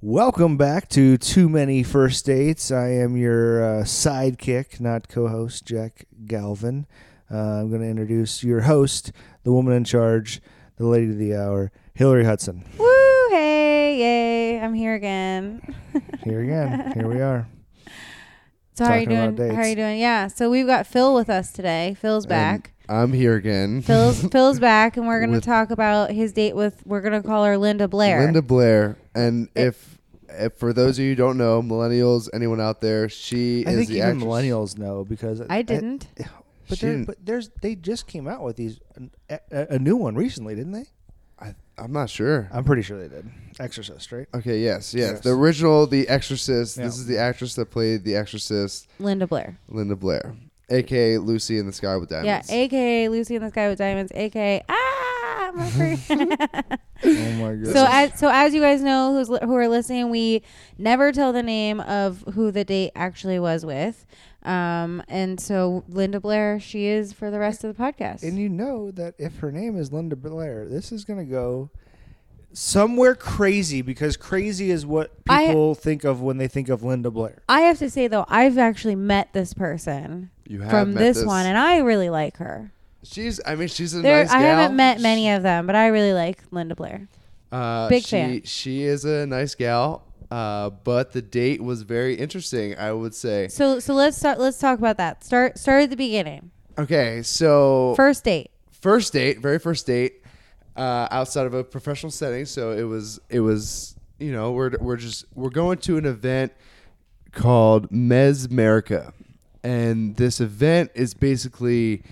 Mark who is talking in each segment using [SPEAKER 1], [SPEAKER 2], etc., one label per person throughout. [SPEAKER 1] Welcome back to Too Many First Dates. I am your uh, sidekick, not co host, Jack Galvin. Uh, I'm going to introduce your host, the woman in charge, the lady of the hour, Hillary Hudson.
[SPEAKER 2] Woo! Hey! Yay! I'm here again.
[SPEAKER 1] Here again. Here we are.
[SPEAKER 2] So how are you
[SPEAKER 1] Talking about
[SPEAKER 2] doing? How are
[SPEAKER 1] dates.
[SPEAKER 2] you doing? Yeah. So we've got Phil with us today. Phil's back.
[SPEAKER 3] I'm here again.
[SPEAKER 2] Phil's Phil's back, and we're gonna
[SPEAKER 3] With-
[SPEAKER 2] talk about his date with. We're gonna call her Linda Blair.
[SPEAKER 3] Linda Blair. And
[SPEAKER 2] It-
[SPEAKER 3] if, if for those of you who don't know, millennials, anyone out there, she
[SPEAKER 1] I
[SPEAKER 3] is
[SPEAKER 1] think
[SPEAKER 3] the
[SPEAKER 1] even
[SPEAKER 3] actress.
[SPEAKER 1] millennials know because
[SPEAKER 2] I didn't.
[SPEAKER 1] but,
[SPEAKER 3] She
[SPEAKER 1] there,
[SPEAKER 3] didn't-
[SPEAKER 1] but there's they just came out with these a, a, a new one recently, didn't they?
[SPEAKER 3] I, I'm not sure.
[SPEAKER 1] I'm pretty sure they did. Exorcist, right?
[SPEAKER 3] Okay, yes, yes,
[SPEAKER 1] Uh, Yes.
[SPEAKER 3] The original The Exorcist.
[SPEAKER 1] Yeah.
[SPEAKER 3] This is the actress that played The Exorcist,
[SPEAKER 2] Linda Blair.
[SPEAKER 3] Linda Blair, aka Lucy in the Sky with Diamonds.
[SPEAKER 2] Yeah. AKA Lucy in the Sky with Diamonds. AKA Ah. I'm a freak.
[SPEAKER 1] oh my goodness.
[SPEAKER 2] So as so as you guys know who's li- who are listening, we never tell the name of who the date actually was with. Um, and so Linda Blair, she is for the rest of the podcast.
[SPEAKER 1] And you know that if her name is Linda Blair, this is going to go somewhere crazy because crazy is what
[SPEAKER 2] I-
[SPEAKER 1] people think of when they think of Linda Blair.
[SPEAKER 2] I have to say though, I've actually met this person
[SPEAKER 3] you have
[SPEAKER 2] from
[SPEAKER 3] met
[SPEAKER 2] this, one, and I really like her.
[SPEAKER 3] she's. I mean, she's a
[SPEAKER 2] There,
[SPEAKER 3] nice
[SPEAKER 2] I
[SPEAKER 3] gal.
[SPEAKER 2] haven't met many of them, but I really like Linda Blair.
[SPEAKER 3] Uh,
[SPEAKER 2] Big
[SPEAKER 3] she,
[SPEAKER 2] fan.
[SPEAKER 3] She is a nice gal, uh, but the date was very interesting. I would say.
[SPEAKER 2] So so let's start. Let's talk about that. Start start at the beginning.
[SPEAKER 3] Okay, so
[SPEAKER 2] First date.
[SPEAKER 3] first date, very first date, uh, outside of a professional setting. So it was it was you know we're we're just we're going to an event called Mesmerica, and this event is basically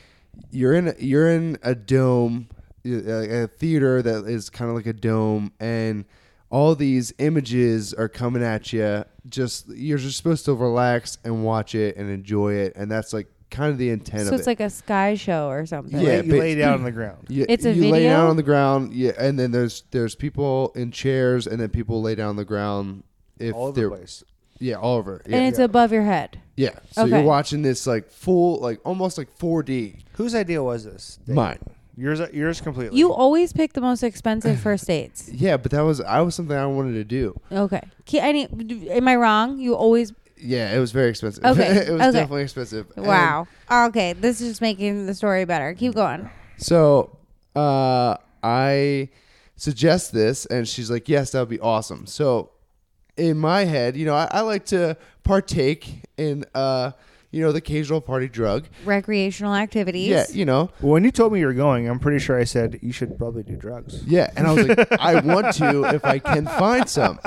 [SPEAKER 3] you're in a, you're in a dome, a, a theater that is kind of like a dome, and all these images are coming at you. Just you're just supposed to relax and watch it and enjoy it, and that's like kind of the intent of
[SPEAKER 2] So
[SPEAKER 3] it.
[SPEAKER 2] it's like a sky show or something.
[SPEAKER 1] You,
[SPEAKER 3] Yeah,
[SPEAKER 1] lay, you
[SPEAKER 3] but-
[SPEAKER 1] lay down on the ground.
[SPEAKER 3] Yeah,
[SPEAKER 2] It's a
[SPEAKER 3] you lay
[SPEAKER 2] video?
[SPEAKER 3] down on the ground. Yeah, and then there's there's people in chairs, and then people lay down on the ground. If
[SPEAKER 1] all over
[SPEAKER 3] they're
[SPEAKER 1] the place.
[SPEAKER 3] yeah, all over. Yeah,
[SPEAKER 2] and it's
[SPEAKER 3] yeah.
[SPEAKER 2] above your head.
[SPEAKER 3] yeah. So
[SPEAKER 2] Okay.
[SPEAKER 3] you're watching this like full, like almost like 4D.
[SPEAKER 1] Whose idea was this? Dave?
[SPEAKER 3] Mine.
[SPEAKER 1] Yours, yours completely.
[SPEAKER 2] You always pick the most expensive first dates.
[SPEAKER 3] Yeah, but that was I was something I wanted to do.
[SPEAKER 2] Okay. Ke- Any? Am I wrong? You always.
[SPEAKER 3] Yeah, it was very expensive.
[SPEAKER 2] Okay,
[SPEAKER 3] it was
[SPEAKER 2] okay.
[SPEAKER 3] definitely expensive. And
[SPEAKER 2] Wow. Okay. This is just making the story better. Keep going.
[SPEAKER 3] so uh, I suggest this, and she's like, "Yes, that would be awesome." So in my head, you know, I, I like to partake in uh, you know, the occasional party drug.
[SPEAKER 2] Recreational activities.
[SPEAKER 3] Yeah, you know.
[SPEAKER 1] Well, when you told me you were going, I'm pretty sure I said you should probably do drugs.
[SPEAKER 3] Yeah, and I was like, I want to if I can find some,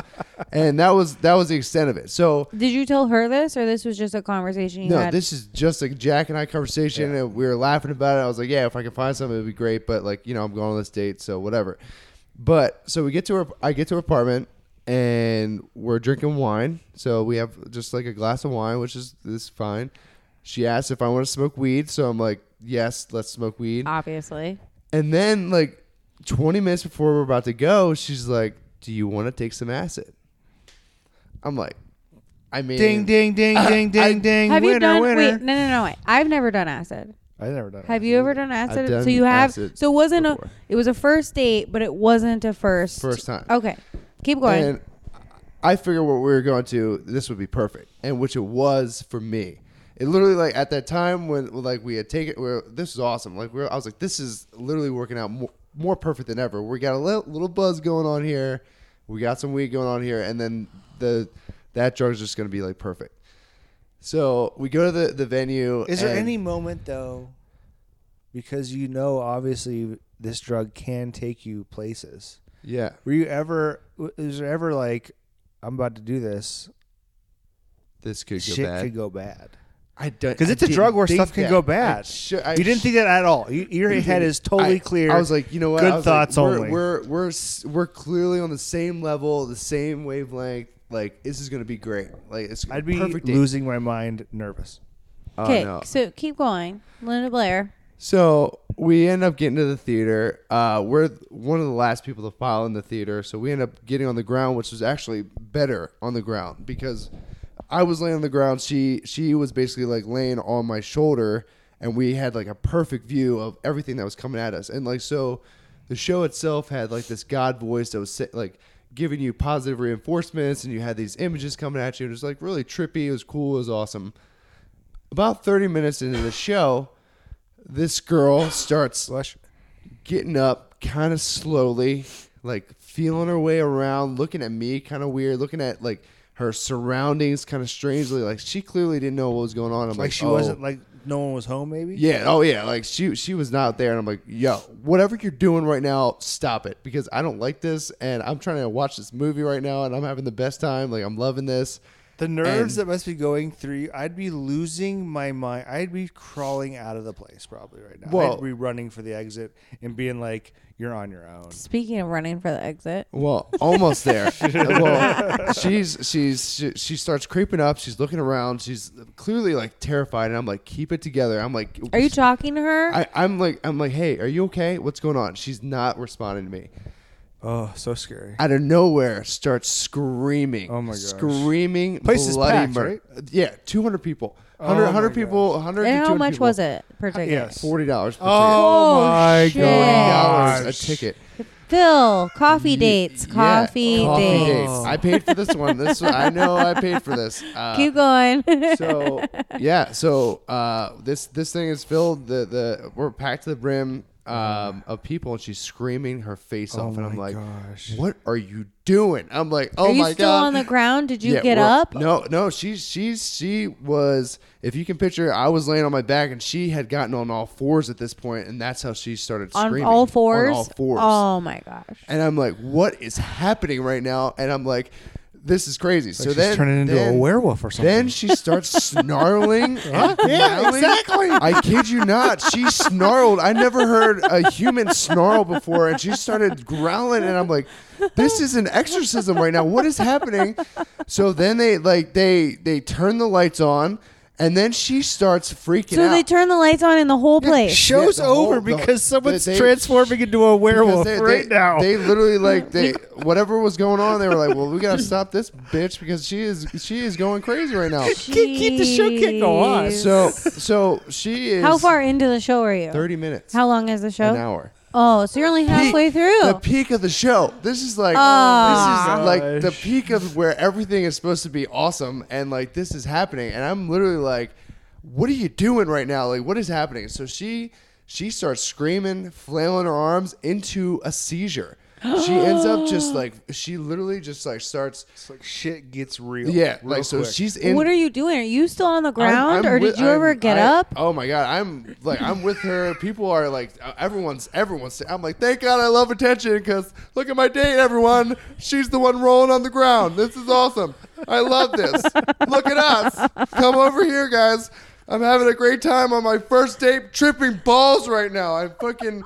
[SPEAKER 3] and that was that was the extent of it. So
[SPEAKER 2] Did you tell her this, or this was just a conversation you
[SPEAKER 3] no,
[SPEAKER 2] had?
[SPEAKER 3] this is just like Jack and I conversation, and we were laughing about it. I was like, yeah, if I can find something, it'd be great. But like, you know, I'm going on this date, so whatever. But so we get to her, I get to her apartment, and we're drinking wine. So we have just like a glass of wine, which is this is fine. She asked if I want to smoke weed, so I'm like, yes, let's smoke weed.
[SPEAKER 2] obviously.
[SPEAKER 3] And then like 20 minutes before we're about to go, she's like, "Do you want to take some acid?" I'm like, I mean,
[SPEAKER 1] Ding, ding, ding, ding, ding, ding.
[SPEAKER 2] Have
[SPEAKER 1] winner,
[SPEAKER 2] you done?
[SPEAKER 1] winner.
[SPEAKER 2] Wait, no, no, no. Wait. I've never done acid.
[SPEAKER 1] I've never done it.
[SPEAKER 2] Have you ever done acid?
[SPEAKER 3] done
[SPEAKER 2] so you have.
[SPEAKER 3] acid
[SPEAKER 2] So it wasn't a.
[SPEAKER 3] before.
[SPEAKER 2] It was a first date, but it wasn't a first.
[SPEAKER 3] First time.
[SPEAKER 2] Okay. Keep going.
[SPEAKER 3] And I figured what we were going to, this would be perfect, and which it was for me. It literally like at that time when like we had taken, we were, this is awesome. Like we were, I was like, this is literally working out more, more perfect than ever. We got a little, little buzz going on here, we got some weed going on here, and then the that drug is just going to be like perfect. So we go to the the venue.
[SPEAKER 1] Is there
[SPEAKER 3] and-
[SPEAKER 1] any moment though, because you know obviously this drug can take you places?
[SPEAKER 3] Yeah.
[SPEAKER 1] Were you ever? w- Is there ever like, I'm about to do this?
[SPEAKER 3] This could go
[SPEAKER 1] shit
[SPEAKER 3] bad.
[SPEAKER 1] could go bad.
[SPEAKER 3] I don't
[SPEAKER 1] Because
[SPEAKER 3] I
[SPEAKER 1] it's a drug
[SPEAKER 3] didn't
[SPEAKER 1] where
[SPEAKER 3] think
[SPEAKER 1] stuff can
[SPEAKER 3] that.
[SPEAKER 1] go
[SPEAKER 3] I
[SPEAKER 1] bad.
[SPEAKER 3] should- I
[SPEAKER 1] you didn't think that at all. You, your head is totally
[SPEAKER 3] I-
[SPEAKER 1] clear.
[SPEAKER 3] I was like, you know what?
[SPEAKER 1] Good
[SPEAKER 3] I was like,
[SPEAKER 1] thoughts
[SPEAKER 3] we're,
[SPEAKER 1] only.
[SPEAKER 3] We're we're s- we're clearly on the same level, the same wavelength. Like this is gonna be great. Like it's
[SPEAKER 1] I'd be
[SPEAKER 3] perfect. date.
[SPEAKER 1] losing my mind, nervous.
[SPEAKER 3] Oh,
[SPEAKER 2] okay.
[SPEAKER 3] no.
[SPEAKER 2] So keep going, Linda Blair.
[SPEAKER 3] So we end up getting to the theater. Uh, we're th- one of the last people to file in the theater, so we end up getting on the ground, which was actually better on the ground because I was laying on the ground. She she was basically like laying on my shoulder, and we had like a perfect view of everything that was coming at us. And like so, the show itself had like this God voice that was sa- like giving you positive reinforcements and you had these images coming at you. It was like really trippy. It was cool. It was awesome. About 30 minutes into the show, this girl starts getting up kind of slowly, like feeling her way around, looking at me kind of weird, looking at like her surroundings kind of strangely. Like she clearly didn't know what was going on. I'm like,
[SPEAKER 1] Like she
[SPEAKER 3] "Oh."
[SPEAKER 1] wasn't like no one was home. Maybe.
[SPEAKER 3] Yeah. Oh yeah. Like she she was not there, and I'm like, yo, whatever you're doing right now, stop it because I don't like this, and I'm trying to watch this movie right now, and I'm having the best time. Like I'm loving this.
[SPEAKER 1] The nerves
[SPEAKER 3] And-
[SPEAKER 1] that must be going through. you- I'd be losing my mind. I'd be crawling out of the place probably right now.
[SPEAKER 3] Well-
[SPEAKER 1] I'd be running for the exit and being like, "You're on your own."
[SPEAKER 2] Speaking of running for the exit,
[SPEAKER 3] Well, almost there. well, she's she's she, she starts creeping up. She's looking around. She's clearly like terrified, and I'm like, keep it together. I'm like,
[SPEAKER 2] are you talking to her?
[SPEAKER 3] I, I'm like I'm like, hey, are you okay? What's going on? She's not responding to me.
[SPEAKER 1] Oh, so scary.
[SPEAKER 3] out of nowhere starts screaming.
[SPEAKER 1] Oh my gosh.
[SPEAKER 3] Screaming
[SPEAKER 1] Place is
[SPEAKER 3] bloody
[SPEAKER 1] packed,
[SPEAKER 3] murder. Yeah, 200 people. 100,
[SPEAKER 1] Oh
[SPEAKER 3] 100
[SPEAKER 1] my
[SPEAKER 3] people, 100
[SPEAKER 2] and
[SPEAKER 3] to
[SPEAKER 2] how
[SPEAKER 3] 200
[SPEAKER 2] much
[SPEAKER 3] people.
[SPEAKER 2] was it per ticket?
[SPEAKER 1] yes.
[SPEAKER 3] $40 per
[SPEAKER 2] Oh,
[SPEAKER 1] my
[SPEAKER 2] shit.
[SPEAKER 3] ticket.
[SPEAKER 1] gosh.
[SPEAKER 3] $40 a ticket.
[SPEAKER 2] Phil, coffee
[SPEAKER 3] Ye-
[SPEAKER 2] dates,
[SPEAKER 3] yeah,
[SPEAKER 2] coffee,
[SPEAKER 3] coffee
[SPEAKER 2] dates.
[SPEAKER 1] Oh.
[SPEAKER 3] I paid for this one. This one, I know I paid for this. Uh,
[SPEAKER 2] Keep going.
[SPEAKER 3] so yeah, so uh, this this thing is filled. The the we're packed to the brim um, of people, and she's screaming her face
[SPEAKER 1] Oh
[SPEAKER 3] off. And I'm
[SPEAKER 1] my
[SPEAKER 3] like,
[SPEAKER 1] gosh.
[SPEAKER 3] "What are you doing?" I'm like, "Oh
[SPEAKER 2] are you
[SPEAKER 3] my
[SPEAKER 2] still
[SPEAKER 3] god!"
[SPEAKER 2] on the ground? Did you
[SPEAKER 3] Yeah,
[SPEAKER 2] get
[SPEAKER 3] well,
[SPEAKER 2] up?
[SPEAKER 3] No, no. She's she's she was. If you can picture, I was laying on my back, and she had gotten on all fours at this point, and that's how she started
[SPEAKER 2] on
[SPEAKER 3] screaming
[SPEAKER 2] all fours?
[SPEAKER 3] On all fours.
[SPEAKER 2] Oh my gosh.
[SPEAKER 3] And I'm like, what is happening right now? And I'm like, this is crazy. so
[SPEAKER 1] she's
[SPEAKER 3] then
[SPEAKER 1] turning into
[SPEAKER 3] then-
[SPEAKER 1] a werewolf or something.
[SPEAKER 3] Then she starts snarling. and growling.
[SPEAKER 1] exactly.
[SPEAKER 3] I kid you not. She snarled. I never heard a human snarl before, and she started growling, and I'm like, "This is an exorcism right now. What is happening?" So then they like they they turn the lights on, and then she starts freaking
[SPEAKER 2] so
[SPEAKER 3] out.
[SPEAKER 2] they turn the lights on in the whole place.
[SPEAKER 1] Show's
[SPEAKER 3] Yeah, the whole-
[SPEAKER 1] over
[SPEAKER 3] the-
[SPEAKER 1] because
[SPEAKER 3] the-
[SPEAKER 1] someone's
[SPEAKER 3] they-
[SPEAKER 1] transforming into a
[SPEAKER 3] because
[SPEAKER 1] werewolf
[SPEAKER 3] they-
[SPEAKER 1] right
[SPEAKER 3] they-
[SPEAKER 1] now.
[SPEAKER 3] They literally like they whatever was going on, they were like, "Well, we gotta stop this bitch because she is she is going crazy right now."
[SPEAKER 1] Keep- keep the show- keep going.
[SPEAKER 2] Jeez.
[SPEAKER 3] So so she is
[SPEAKER 2] how far into the show are you?
[SPEAKER 3] thirty minutes
[SPEAKER 2] How long is the show?
[SPEAKER 3] an hour.
[SPEAKER 2] Oh, so you're only halfway
[SPEAKER 3] peak-
[SPEAKER 2] through.
[SPEAKER 3] The peak of the show. This is like
[SPEAKER 2] Oh.
[SPEAKER 3] this is like the
[SPEAKER 1] Gosh.
[SPEAKER 3] peak of where everything is supposed to be awesome and like this is happening and I'm literally like what are you doing right now? Like what is happening? So she she starts screaming, flailing her arms into a seizure. She ends up just like she literally just like starts
[SPEAKER 1] It's like shit gets real.
[SPEAKER 3] yeah,
[SPEAKER 1] real
[SPEAKER 3] like so
[SPEAKER 1] quick.
[SPEAKER 3] she's in
[SPEAKER 2] what are you doing? Are you still on the
[SPEAKER 3] I'm-
[SPEAKER 2] ground,
[SPEAKER 3] I'm
[SPEAKER 2] or
[SPEAKER 3] with-
[SPEAKER 2] did you
[SPEAKER 3] I'm-
[SPEAKER 2] ever get
[SPEAKER 3] I-
[SPEAKER 2] up?
[SPEAKER 3] Oh my god, I'm like I'm with her. People are like uh, everyone's everyone's. I'm like thank God I love attention because look at my date, everyone. She's the one rolling on the ground. This is awesome. I love this. look at us. Come over here, guys. I'm having a great time on my first date, tripping balls right now. I fucking.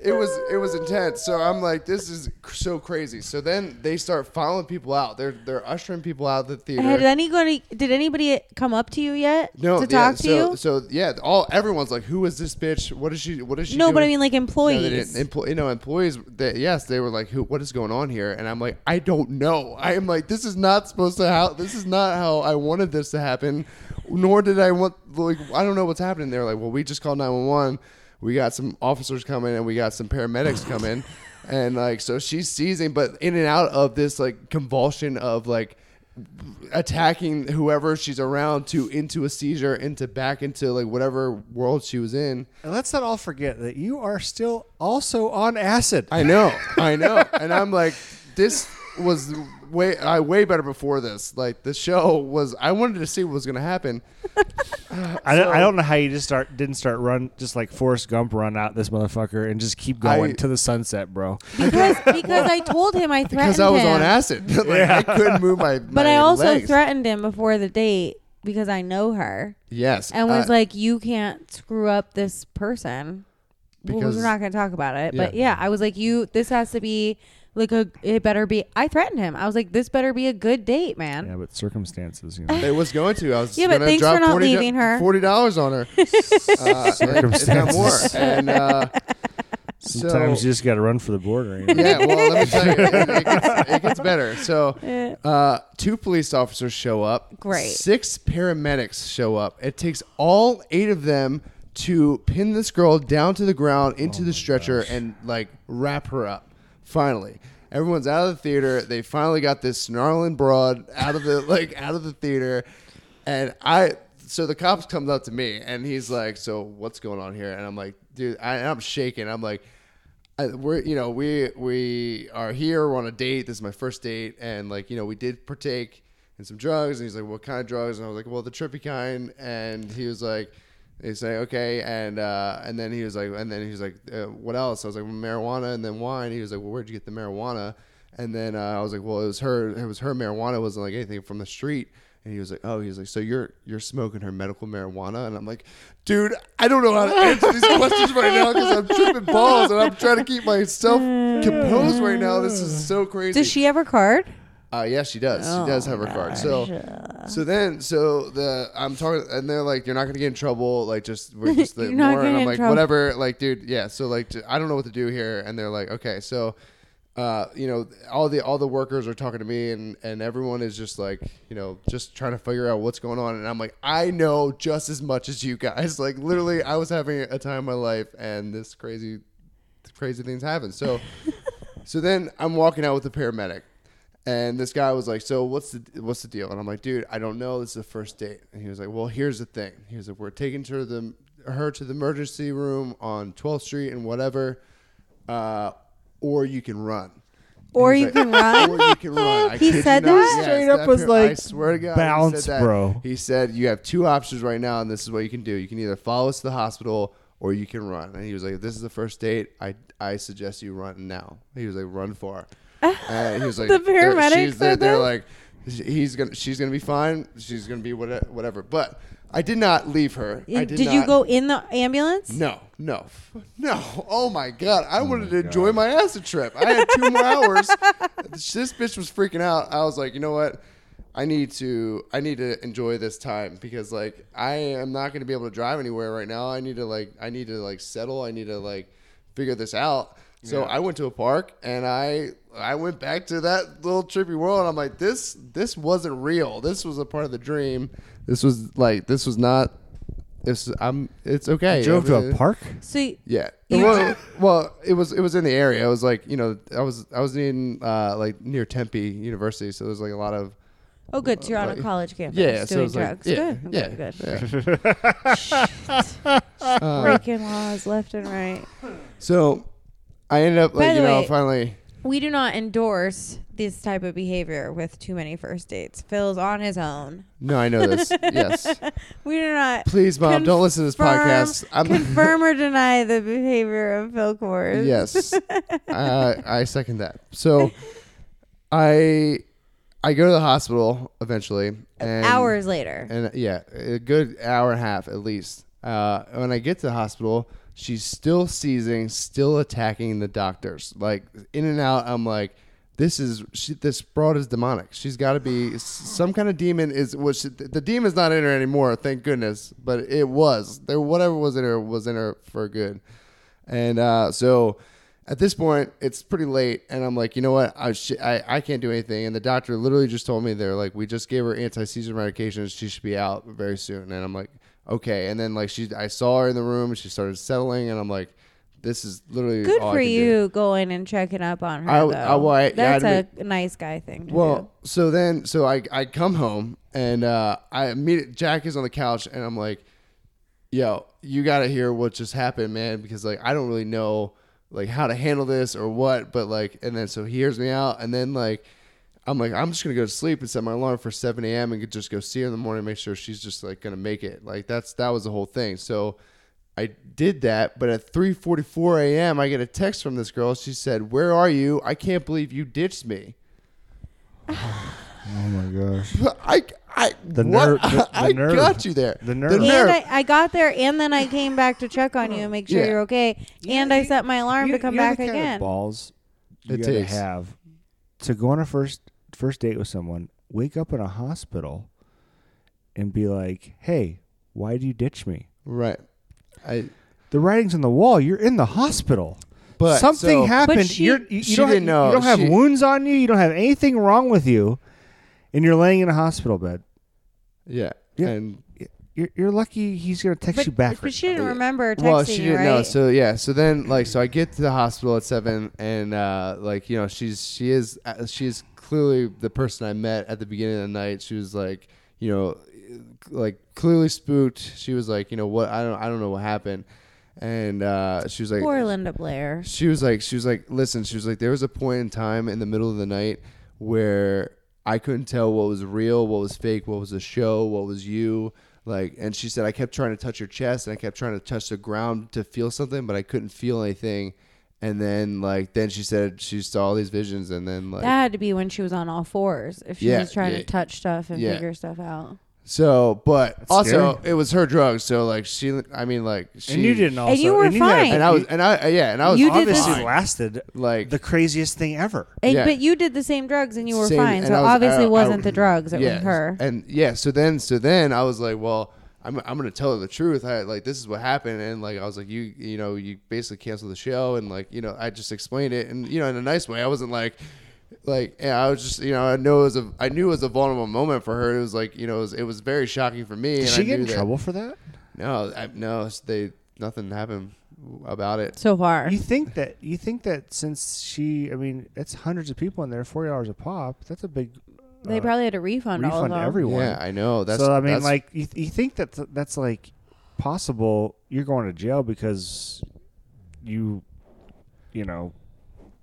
[SPEAKER 3] It was it was intense. So I'm like, this is cr- so crazy. So then they start following people out. They're they're ushering people out of the theater.
[SPEAKER 2] Had anybody? Did anybody come up to you yet
[SPEAKER 3] No,
[SPEAKER 2] to
[SPEAKER 3] yeah,
[SPEAKER 2] talk to
[SPEAKER 3] so,
[SPEAKER 2] you?
[SPEAKER 3] So yeah, all everyone's like, "Who is this bitch? What is she? What is she?"
[SPEAKER 2] no, but I mean
[SPEAKER 3] doing?"
[SPEAKER 2] like
[SPEAKER 3] No, they
[SPEAKER 2] employees.
[SPEAKER 3] didn't. Empl- you know, employees. They, yes, they were like, "Who? What is going on here?" And I'm like, "I don't know." I am like, "This is not supposed to how. This is not how I wanted this to happen, nor did I want. Like, I don't know what's happening." They're like, "Well, we just called 911. We got some officers coming, and we got some paramedics coming, and like, so she's seizing, but in and out of this like convulsion of like." attacking whoever she's around to into a seizure into back into like whatever world she was in
[SPEAKER 1] And let's not all forget that you are still also on acid.
[SPEAKER 3] I know, I know, and I'm like, this was way, I way better before this. Like the show was, I wanted to see what was gonna happen.
[SPEAKER 1] I don't, I don't know how you just start didn't start run just like Forrest Gump run out this motherfucker and just keep going
[SPEAKER 3] I-
[SPEAKER 1] to the sunset, bro.
[SPEAKER 2] because because I told him I threatened
[SPEAKER 3] Because I was
[SPEAKER 2] him.
[SPEAKER 3] on acid, like I couldn't move my.
[SPEAKER 2] But
[SPEAKER 3] my
[SPEAKER 2] I also
[SPEAKER 3] legs.
[SPEAKER 2] threatened him before the date because I know her
[SPEAKER 3] Yes,
[SPEAKER 2] and was
[SPEAKER 3] uh,
[SPEAKER 2] like, "You can't screw up this person." Well,
[SPEAKER 3] Because-
[SPEAKER 2] we're not going to talk about it. But
[SPEAKER 3] Yeah.
[SPEAKER 2] yeah, I was like, "You, this has to be like a. It better be." I threatened him. I was like, "This better be a good date, man."
[SPEAKER 1] Yeah, but circumstances, you know.
[SPEAKER 3] It was going to. I was
[SPEAKER 2] Yeah, but
[SPEAKER 3] going to
[SPEAKER 2] thanks
[SPEAKER 3] drop
[SPEAKER 2] for not
[SPEAKER 3] 40
[SPEAKER 2] leaving her.
[SPEAKER 3] forty dollars on her. uh, if not more.
[SPEAKER 1] Circumstances.
[SPEAKER 3] And uh,
[SPEAKER 1] Sometimes
[SPEAKER 3] so,
[SPEAKER 1] you just got to run for the border. You know?
[SPEAKER 3] yeah, well, let me tell you, it gets, it gets better. So, uh, two police officers show up.
[SPEAKER 2] Great.
[SPEAKER 3] Six paramedics show up. It takes all eight of them to pin this girl down to the ground into the stretcher and like wrap her up. Finally. Everyone's out of the theater. They finally got this snarling broad out of the like out of the theater, and I. So the cops comes up to me and he's like, "So what's going on here?" And I'm like, "Dude," I, and I'm shaking. I'm like, I, we're you know we we are here we're on a date this is my first date and like you know we did partake in some drugs and he's like what kind of drugs and i was like well the trippy kind and he was like they say okay and uh and then he was like and then he was like uh, what else i was like marijuana and then wine he was like well where'd you get the marijuana and then uh, i was like well it was her it was her marijuana it wasn't like anything from the street and he was like, "Oh, he's like, so you're you're smoking her medical marijuana?" And I'm like, "Dude, I don't know how to answer these questions right now because I'm tripping balls and I'm trying to keep myself composed right now. This is so crazy."
[SPEAKER 2] Does she have her card?
[SPEAKER 3] Uh, yeah, she does. she does have her
[SPEAKER 2] Oh,
[SPEAKER 3] card. So, so then, so the I'm talking, and they're like, "You're not gonna get in trouble." Like, just we're just the
[SPEAKER 2] You're not
[SPEAKER 3] more, and
[SPEAKER 2] gonna
[SPEAKER 3] I'm
[SPEAKER 2] in
[SPEAKER 3] like,
[SPEAKER 2] trouble.
[SPEAKER 3] "Whatever." Like, dude, yeah. So like, j- I don't know what to do here, and they're like, "Okay, so." Uh, you know, all the all the workers are talking to me, and and everyone is just like, you know, just trying to figure out what's going on. And I'm like, I know just as much as you guys. Like, literally, I was having a time of my life, and this crazy, crazy things happen. So, so then I'm walking out with the paramedic, and this guy was like, "So what's the what's the deal?" And I'm like, "Dude, I don't know. This is the first date." And he was like, "Well, here's the thing. He was like, we're taking her to the her to the emergency room on 12th Street and whatever, uh, or you can run."
[SPEAKER 2] Or
[SPEAKER 3] He
[SPEAKER 2] you
[SPEAKER 3] was
[SPEAKER 2] can run?
[SPEAKER 3] Or you can run. I
[SPEAKER 2] He
[SPEAKER 3] kid you
[SPEAKER 2] said
[SPEAKER 3] not.
[SPEAKER 2] that?
[SPEAKER 3] Yes,
[SPEAKER 1] Straight up
[SPEAKER 3] that
[SPEAKER 1] was
[SPEAKER 3] param- I
[SPEAKER 1] like,
[SPEAKER 3] swear to God, he
[SPEAKER 1] "Bounce,
[SPEAKER 3] said that.
[SPEAKER 1] bro."
[SPEAKER 3] He said, "You have two options right now, and this is what you can do. You can either follow us to the hospital." Or you can run, and he was like, "If this is the first date, I I suggest you run now." He was like, "Run far," and he was like,
[SPEAKER 2] The
[SPEAKER 3] they're-
[SPEAKER 2] paramedic
[SPEAKER 3] she's- they're-
[SPEAKER 2] said
[SPEAKER 3] they're
[SPEAKER 2] that?
[SPEAKER 3] like, he's gonna, she's gonna be fine. She's gonna be whata- whatever. But I did not leave her. I did,
[SPEAKER 2] did you
[SPEAKER 3] not-
[SPEAKER 2] go in the ambulance?
[SPEAKER 3] No, no, no. Oh my god! I wanted to enjoy my acid trip. I had two more hours. This bitch was freaking out. I was like, you know what? I need to. I need to enjoy this time because like I am not gonna be able to drive anywhere right now. I need to like. I need to like settle. I need to like figure this out. So I went to a park and I I went back to that little trippy world and I'm like this this wasn't real. This was a part of the dream. This was like this was not it's I'm it's okay.
[SPEAKER 1] Drove to a
[SPEAKER 3] Everything-
[SPEAKER 1] park.
[SPEAKER 2] So y-
[SPEAKER 3] Yeah.
[SPEAKER 2] You-
[SPEAKER 3] well, well, it was it was in the area. It was like, you know, I was I was in uh like near Tempe University, so there's like a lot of
[SPEAKER 2] oh, good. So you're on a
[SPEAKER 3] Like-
[SPEAKER 2] college campus
[SPEAKER 3] Yeah, so
[SPEAKER 2] doing
[SPEAKER 3] it's like-
[SPEAKER 2] drugs.
[SPEAKER 3] yeah,
[SPEAKER 2] good.
[SPEAKER 3] yeah,
[SPEAKER 2] Okay, good.
[SPEAKER 3] yeah.
[SPEAKER 2] Breaking laws left and right.
[SPEAKER 3] So I ended up
[SPEAKER 2] By
[SPEAKER 3] like,
[SPEAKER 2] the
[SPEAKER 3] you know,
[SPEAKER 2] way-
[SPEAKER 3] finally
[SPEAKER 2] We do not endorse this type of behavior with too many first dates. Phil's on his own.
[SPEAKER 3] No, I know this. yes.
[SPEAKER 2] We do not.
[SPEAKER 3] Please, mom, don't listen to this
[SPEAKER 2] confirm-
[SPEAKER 3] podcast. I'm
[SPEAKER 2] confirm or deny the behavior of Phil Kors.
[SPEAKER 3] Yes. I I second that. So I I go to the hospital eventually and
[SPEAKER 2] Hours later.
[SPEAKER 3] and yeah, a good hour and a half at least. Uh, when I get to the hospital, she's still seizing, still attacking the doctors. Like in and out, I'm like, this is she, this broad is demonic. She's got to be s- some kind of demon. Is was she, the demon's not in her anymore? Thank goodness, but it was there. Whatever was in her was in her for good. And uh, so at this point, it's pretty late, and I'm like, you know what? I, sh- I I can't do anything. And the doctor literally just told me they're like, we just gave her anti seizure medications. She should be out very soon. And I'm like, okay. And then like she, I saw her in the room. She started settling, and I'm like, this is literally
[SPEAKER 2] Good
[SPEAKER 3] all I
[SPEAKER 2] for
[SPEAKER 3] can do.
[SPEAKER 2] you going and checking up on her.
[SPEAKER 3] I-
[SPEAKER 2] though.
[SPEAKER 3] I- well, I- yeah,
[SPEAKER 2] That's
[SPEAKER 3] I'd
[SPEAKER 2] a nice guy thing. To
[SPEAKER 3] Well, so then, so I, I come home and uh, I immediately Jack is on the couch and I'm like, yo, you gotta hear what just happened, man, because like I don't really know like how to handle this or what, but like, and then so he hears me out and then like. I'm like, I'm just gonna go to sleep and set my alarm for 7 a.m. and could just go see her in the morning, make sure she's just like gonna make it. Like that's that was the whole thing. So I did that, but at 3:44 a.m. I get a text from this girl. She said, "Where are you? I can't believe you ditched me."
[SPEAKER 1] Oh my gosh.
[SPEAKER 3] I, I,
[SPEAKER 1] The
[SPEAKER 3] what?
[SPEAKER 1] nerve- the- the
[SPEAKER 3] I
[SPEAKER 1] nerve.
[SPEAKER 3] got you there.
[SPEAKER 1] The nerve.
[SPEAKER 3] The
[SPEAKER 2] do.
[SPEAKER 1] And
[SPEAKER 3] nerve.
[SPEAKER 2] And I, I got there, and then I came back to check on you and make sure
[SPEAKER 3] Yeah.
[SPEAKER 2] you're okay. And I set my alarm to come back again.
[SPEAKER 1] balls you
[SPEAKER 3] It
[SPEAKER 1] gotta
[SPEAKER 3] takes.
[SPEAKER 1] have to go on a first first date with someone. Wake up in a hospital and be like, "Hey, why do you ditch me?"
[SPEAKER 3] right. I.
[SPEAKER 1] The writing's on the wall. You're in the hospital.
[SPEAKER 3] But
[SPEAKER 1] something
[SPEAKER 3] so-
[SPEAKER 1] happened.
[SPEAKER 2] But she-
[SPEAKER 1] You're, you, you
[SPEAKER 3] She
[SPEAKER 1] don't
[SPEAKER 3] didn't
[SPEAKER 1] have, you
[SPEAKER 3] know.
[SPEAKER 1] don't have
[SPEAKER 3] She-
[SPEAKER 1] wounds on you. You don't have anything wrong with you, and you're laying in a hospital bed.
[SPEAKER 3] Yeah.
[SPEAKER 1] Yeah.
[SPEAKER 3] And
[SPEAKER 1] you're, you're lucky he's gonna text
[SPEAKER 2] But,
[SPEAKER 1] you back.
[SPEAKER 2] but
[SPEAKER 1] right
[SPEAKER 2] she didn't
[SPEAKER 1] now.
[SPEAKER 2] remember texting
[SPEAKER 3] well, she
[SPEAKER 2] you,
[SPEAKER 3] didn't
[SPEAKER 2] right?
[SPEAKER 3] know. So yeah. So then, like, so I get to the hospital at seven, and uh, like, you know, she's she is uh, she is clearly the person I met at the beginning of the night. She was like, you know, like clearly spooked. She was like, you know, what I don't I don't know what happened, and uh, she was like,
[SPEAKER 2] Poor Linda Blair.
[SPEAKER 3] she was like, she was like, listen, she was like, there was a point in time in the middle of the night where I couldn't tell what was real, what was fake, what was a show, what was you. Like, and she said, I kept trying to touch your chest and I kept trying to touch the ground to feel something, but I couldn't feel anything. And then, like, then she said she saw all these visions, and then, like,
[SPEAKER 2] That had to be when she was on all fours. If she
[SPEAKER 3] Yeah,
[SPEAKER 2] was trying
[SPEAKER 3] yeah.
[SPEAKER 2] to touch stuff and
[SPEAKER 3] Yeah.
[SPEAKER 2] figure stuff out.
[SPEAKER 3] so, but also,
[SPEAKER 1] scary.
[SPEAKER 3] it was her drugs. So, like, she, I mean, like, she,
[SPEAKER 1] and you didn't also.
[SPEAKER 2] And you were
[SPEAKER 1] had-
[SPEAKER 2] fine.
[SPEAKER 3] and I was, and I, yeah, and I was
[SPEAKER 2] You did this-
[SPEAKER 1] obviously
[SPEAKER 3] fine.
[SPEAKER 1] lasted
[SPEAKER 3] Like-
[SPEAKER 1] the craziest thing ever.
[SPEAKER 2] And,
[SPEAKER 3] Yeah.
[SPEAKER 2] But you did the same drugs and you were
[SPEAKER 3] Same-
[SPEAKER 2] fine.
[SPEAKER 3] and
[SPEAKER 2] So
[SPEAKER 3] I was-
[SPEAKER 2] obviously
[SPEAKER 3] I-
[SPEAKER 2] it wasn't
[SPEAKER 3] I-
[SPEAKER 2] the drugs. It was her.
[SPEAKER 3] And yeah, so then so then I was like, well, I'm I'm gonna tell her the truth. I like this is what happened, and like I was like, you you know you basically canceled the show, and like you know I just explained it, and you know in a nice way. I wasn't like. Like yeah, I was just you know I know it was a I knew it was a vulnerable moment for her. It was like you know it was, it was very shocking for me.
[SPEAKER 1] Did
[SPEAKER 3] and
[SPEAKER 1] she
[SPEAKER 3] I
[SPEAKER 1] get
[SPEAKER 3] knew
[SPEAKER 1] in
[SPEAKER 3] that-
[SPEAKER 1] trouble for that?
[SPEAKER 3] No, I, no, they nothing happened about it.
[SPEAKER 2] so far.
[SPEAKER 1] You think that you think that since she, I mean, that's hundreds of people in there, forty dollars a pop. That's a big
[SPEAKER 2] They
[SPEAKER 1] uh,
[SPEAKER 2] probably had to refund, all of
[SPEAKER 1] refund
[SPEAKER 2] them.
[SPEAKER 1] everyone.
[SPEAKER 3] Yeah, I know. That's
[SPEAKER 1] so I mean,
[SPEAKER 3] that's-
[SPEAKER 1] like you, th- you think that th- that's like possible? You're going to jail because you, you know,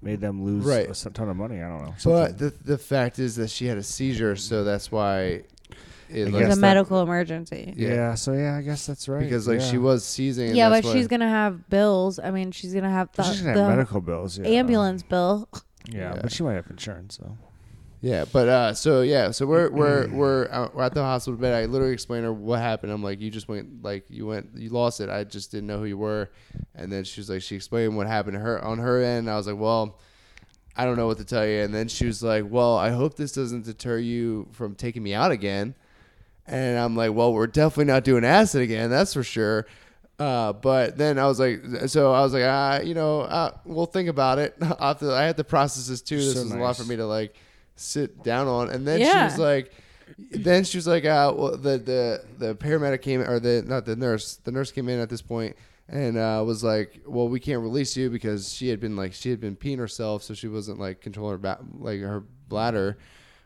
[SPEAKER 1] made them lose
[SPEAKER 3] Right.
[SPEAKER 1] a s- ton of money. I don't know.
[SPEAKER 3] but
[SPEAKER 1] Something.
[SPEAKER 3] the the fact is that she had a seizure, so that's why it
[SPEAKER 1] I
[SPEAKER 2] it was
[SPEAKER 1] guess
[SPEAKER 2] a
[SPEAKER 1] that-
[SPEAKER 2] medical emergency.
[SPEAKER 1] yeah.
[SPEAKER 3] yeah.
[SPEAKER 1] so yeah, I guess that's right.
[SPEAKER 3] because like she
[SPEAKER 1] yeah.
[SPEAKER 3] was seizing. and
[SPEAKER 2] Yeah,
[SPEAKER 3] that's
[SPEAKER 2] but
[SPEAKER 3] why-
[SPEAKER 2] she's gonna have bills. I mean, she's gonna have the,
[SPEAKER 1] She's gonna
[SPEAKER 2] the
[SPEAKER 1] have medical bills. Yeah.
[SPEAKER 2] ambulance bill.
[SPEAKER 1] Yeah,
[SPEAKER 3] Yeah.
[SPEAKER 1] but she might have insurance. So
[SPEAKER 3] Yeah, but uh, so yeah, so we're we're we're, out, we're at the hospital bed. I literally explained to her what happened. I'm like, you just went like you went you lost it. I just didn't know who you were, and then she was like, she explained what happened to her on her end. I was like, well. I don't know what to tell you. And then she was like, Well, I hope this doesn't deter you from taking me out again. And I'm like, Well, we're definitely not doing acid again. That's for sure. Uh, but then I was like, So I was like, ah, You know, uh, we'll think about it. I have to, I had to process this too. This
[SPEAKER 1] So
[SPEAKER 3] is a lot
[SPEAKER 1] nice.
[SPEAKER 3] for me to like sit down on. And then she
[SPEAKER 2] Yeah.
[SPEAKER 3] was like, then she was like, uh, well, the, the, the paramedic came, or the, not the nurse, the nurse came in at this point and uh, was like, well, we can't release you because she had been like, she had been peeing herself. So she wasn't like controlling her, ba- like her bladder,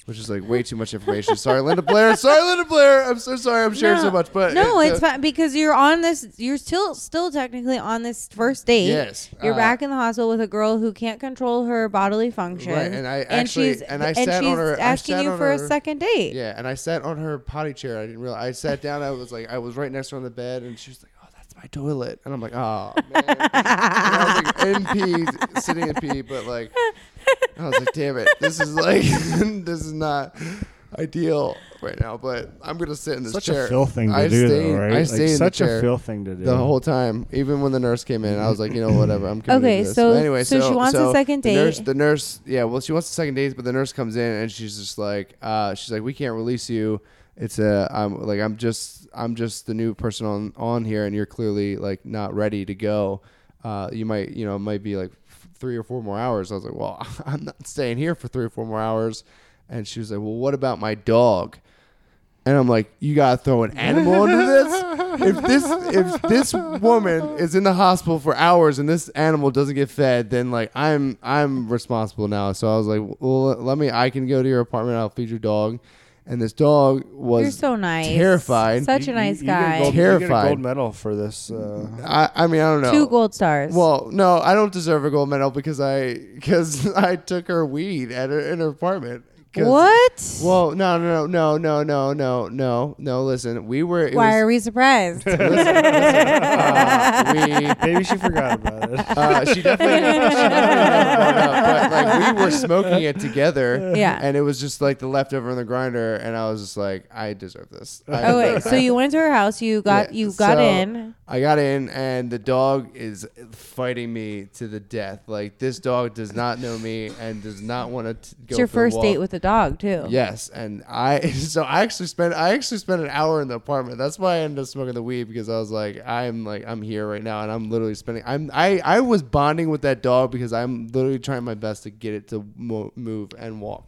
[SPEAKER 3] which is like way too much information. sorry, Linda Blair. Sorry, Linda Blair. I'm so sorry. I'm sharing so much, but
[SPEAKER 2] no,
[SPEAKER 3] it- uh,
[SPEAKER 2] it's fine because you're on this. You're still still technically on this first date.
[SPEAKER 3] Yes,
[SPEAKER 2] you're
[SPEAKER 3] uh,
[SPEAKER 2] back in the hospital with a girl who can't control her bodily function.
[SPEAKER 3] Right, and I actually-
[SPEAKER 2] she's
[SPEAKER 3] and I sat
[SPEAKER 2] she's
[SPEAKER 3] on her- I
[SPEAKER 2] asking
[SPEAKER 3] sat
[SPEAKER 2] you
[SPEAKER 3] on
[SPEAKER 2] for a
[SPEAKER 3] her-
[SPEAKER 2] second date.
[SPEAKER 3] Yeah, and I sat on her potty chair. I didn't realize. I sat down. I was like, I was right next to her on the bed, and she was like, "Oh, that's my toilet," and I'm like, "Oh man." and I was like, "NP, sitting in pee," but like, I was like, "Damn it, this is like, this is not." Ideal right now, but I'm gonna sit in this
[SPEAKER 1] such
[SPEAKER 3] chair.
[SPEAKER 1] a filth thing to
[SPEAKER 3] I
[SPEAKER 1] do,
[SPEAKER 3] stayed,
[SPEAKER 1] though, right?
[SPEAKER 3] I
[SPEAKER 1] Like,
[SPEAKER 3] stayed in
[SPEAKER 1] such
[SPEAKER 3] the
[SPEAKER 1] a
[SPEAKER 3] chair
[SPEAKER 1] filth thing to do.
[SPEAKER 3] the whole time. Even when the nurse came in, I was like, you know, whatever. I'm committed
[SPEAKER 2] Okay,
[SPEAKER 3] to this.
[SPEAKER 2] so-
[SPEAKER 3] But anyway,
[SPEAKER 2] so
[SPEAKER 3] so,
[SPEAKER 2] she wants a
[SPEAKER 3] so
[SPEAKER 2] second
[SPEAKER 3] the Nurse,
[SPEAKER 2] date.
[SPEAKER 3] the nurse, yeah. Well, she wants a second date, but the nurse comes in and she's just like, uh, she's like, we can't release you. It's a, I'm like, I'm just, I'm just the new person on on here, and you're clearly like not ready to go. Uh, you might, you know, it might be like f- three or four more hours. I was like, well, I'm not staying here for three or four more hours. And she was like, well, what about my dog? And I'm like, you gotta throw an animal into this. If this if this woman is in the hospital for hours and this animal doesn't get fed, then like I'm I'm responsible now. So I was like, well, let me. I can go to your apartment. I'll feed your dog. And this dog was
[SPEAKER 2] you're so nice.
[SPEAKER 3] terrified.
[SPEAKER 2] Such a nice guy.
[SPEAKER 1] You, You get a
[SPEAKER 3] Terrified.
[SPEAKER 1] gold medal for this. Uh,
[SPEAKER 3] I, I mean I don't know.
[SPEAKER 2] Two gold stars.
[SPEAKER 3] Well, no, I don't deserve a gold medal because I because I took her weed at her in her apartment. 'Cause-
[SPEAKER 2] what?
[SPEAKER 3] Well, no, no, no, no, no, no, no, no. Listen, we were. It
[SPEAKER 2] Why
[SPEAKER 3] was,
[SPEAKER 2] are we surprised?
[SPEAKER 3] Listen, listen, uh, we-
[SPEAKER 1] Maybe she forgot about it.
[SPEAKER 3] uh, she definitely, she definitely brought it up, but like we were smoking it together,
[SPEAKER 2] Yeah.
[SPEAKER 3] and it was just like the leftover in the grinder, and I was just like, I deserve this. I
[SPEAKER 2] oh wait,
[SPEAKER 3] deserve
[SPEAKER 2] so you went to her house. You got
[SPEAKER 3] Yeah,
[SPEAKER 2] you got
[SPEAKER 3] so
[SPEAKER 2] in.
[SPEAKER 3] I got in, and the dog is fighting me to the death. Like this dog does not know me and does not want to go.
[SPEAKER 2] It's your
[SPEAKER 3] for a
[SPEAKER 2] first date
[SPEAKER 3] walk.
[SPEAKER 2] with a dog too.
[SPEAKER 3] Yes, and I so I actually spent I actually spent an hour in the apartment. That's why I ended up smoking the weed because I was like I'm like I'm here right now and I'm literally spending I'm I I was bonding with that dog because I'm literally trying my best to get it to mo- move and walk,